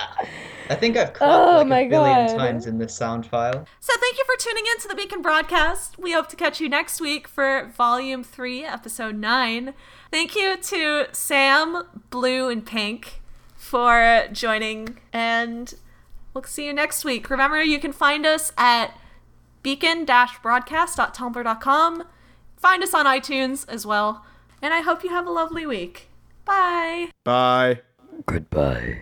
E: I think I've clapped
D: Oh
E: like
D: my
E: a billion
D: God.
E: times in this sound file.
B: So thank you for tuning in to the Beacon broadcast. We hope to catch you next week for Volume 3, Episode 9. Thank you to Sam, Blue, and Pink for joining, and we'll see you next week. Remember, you can find us at beacon-broadcast.tumblr.com. Find us on iTunes as well. And I hope you have a lovely week. Bye.
C: Bye.
F: Goodbye.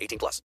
F: 18 plus.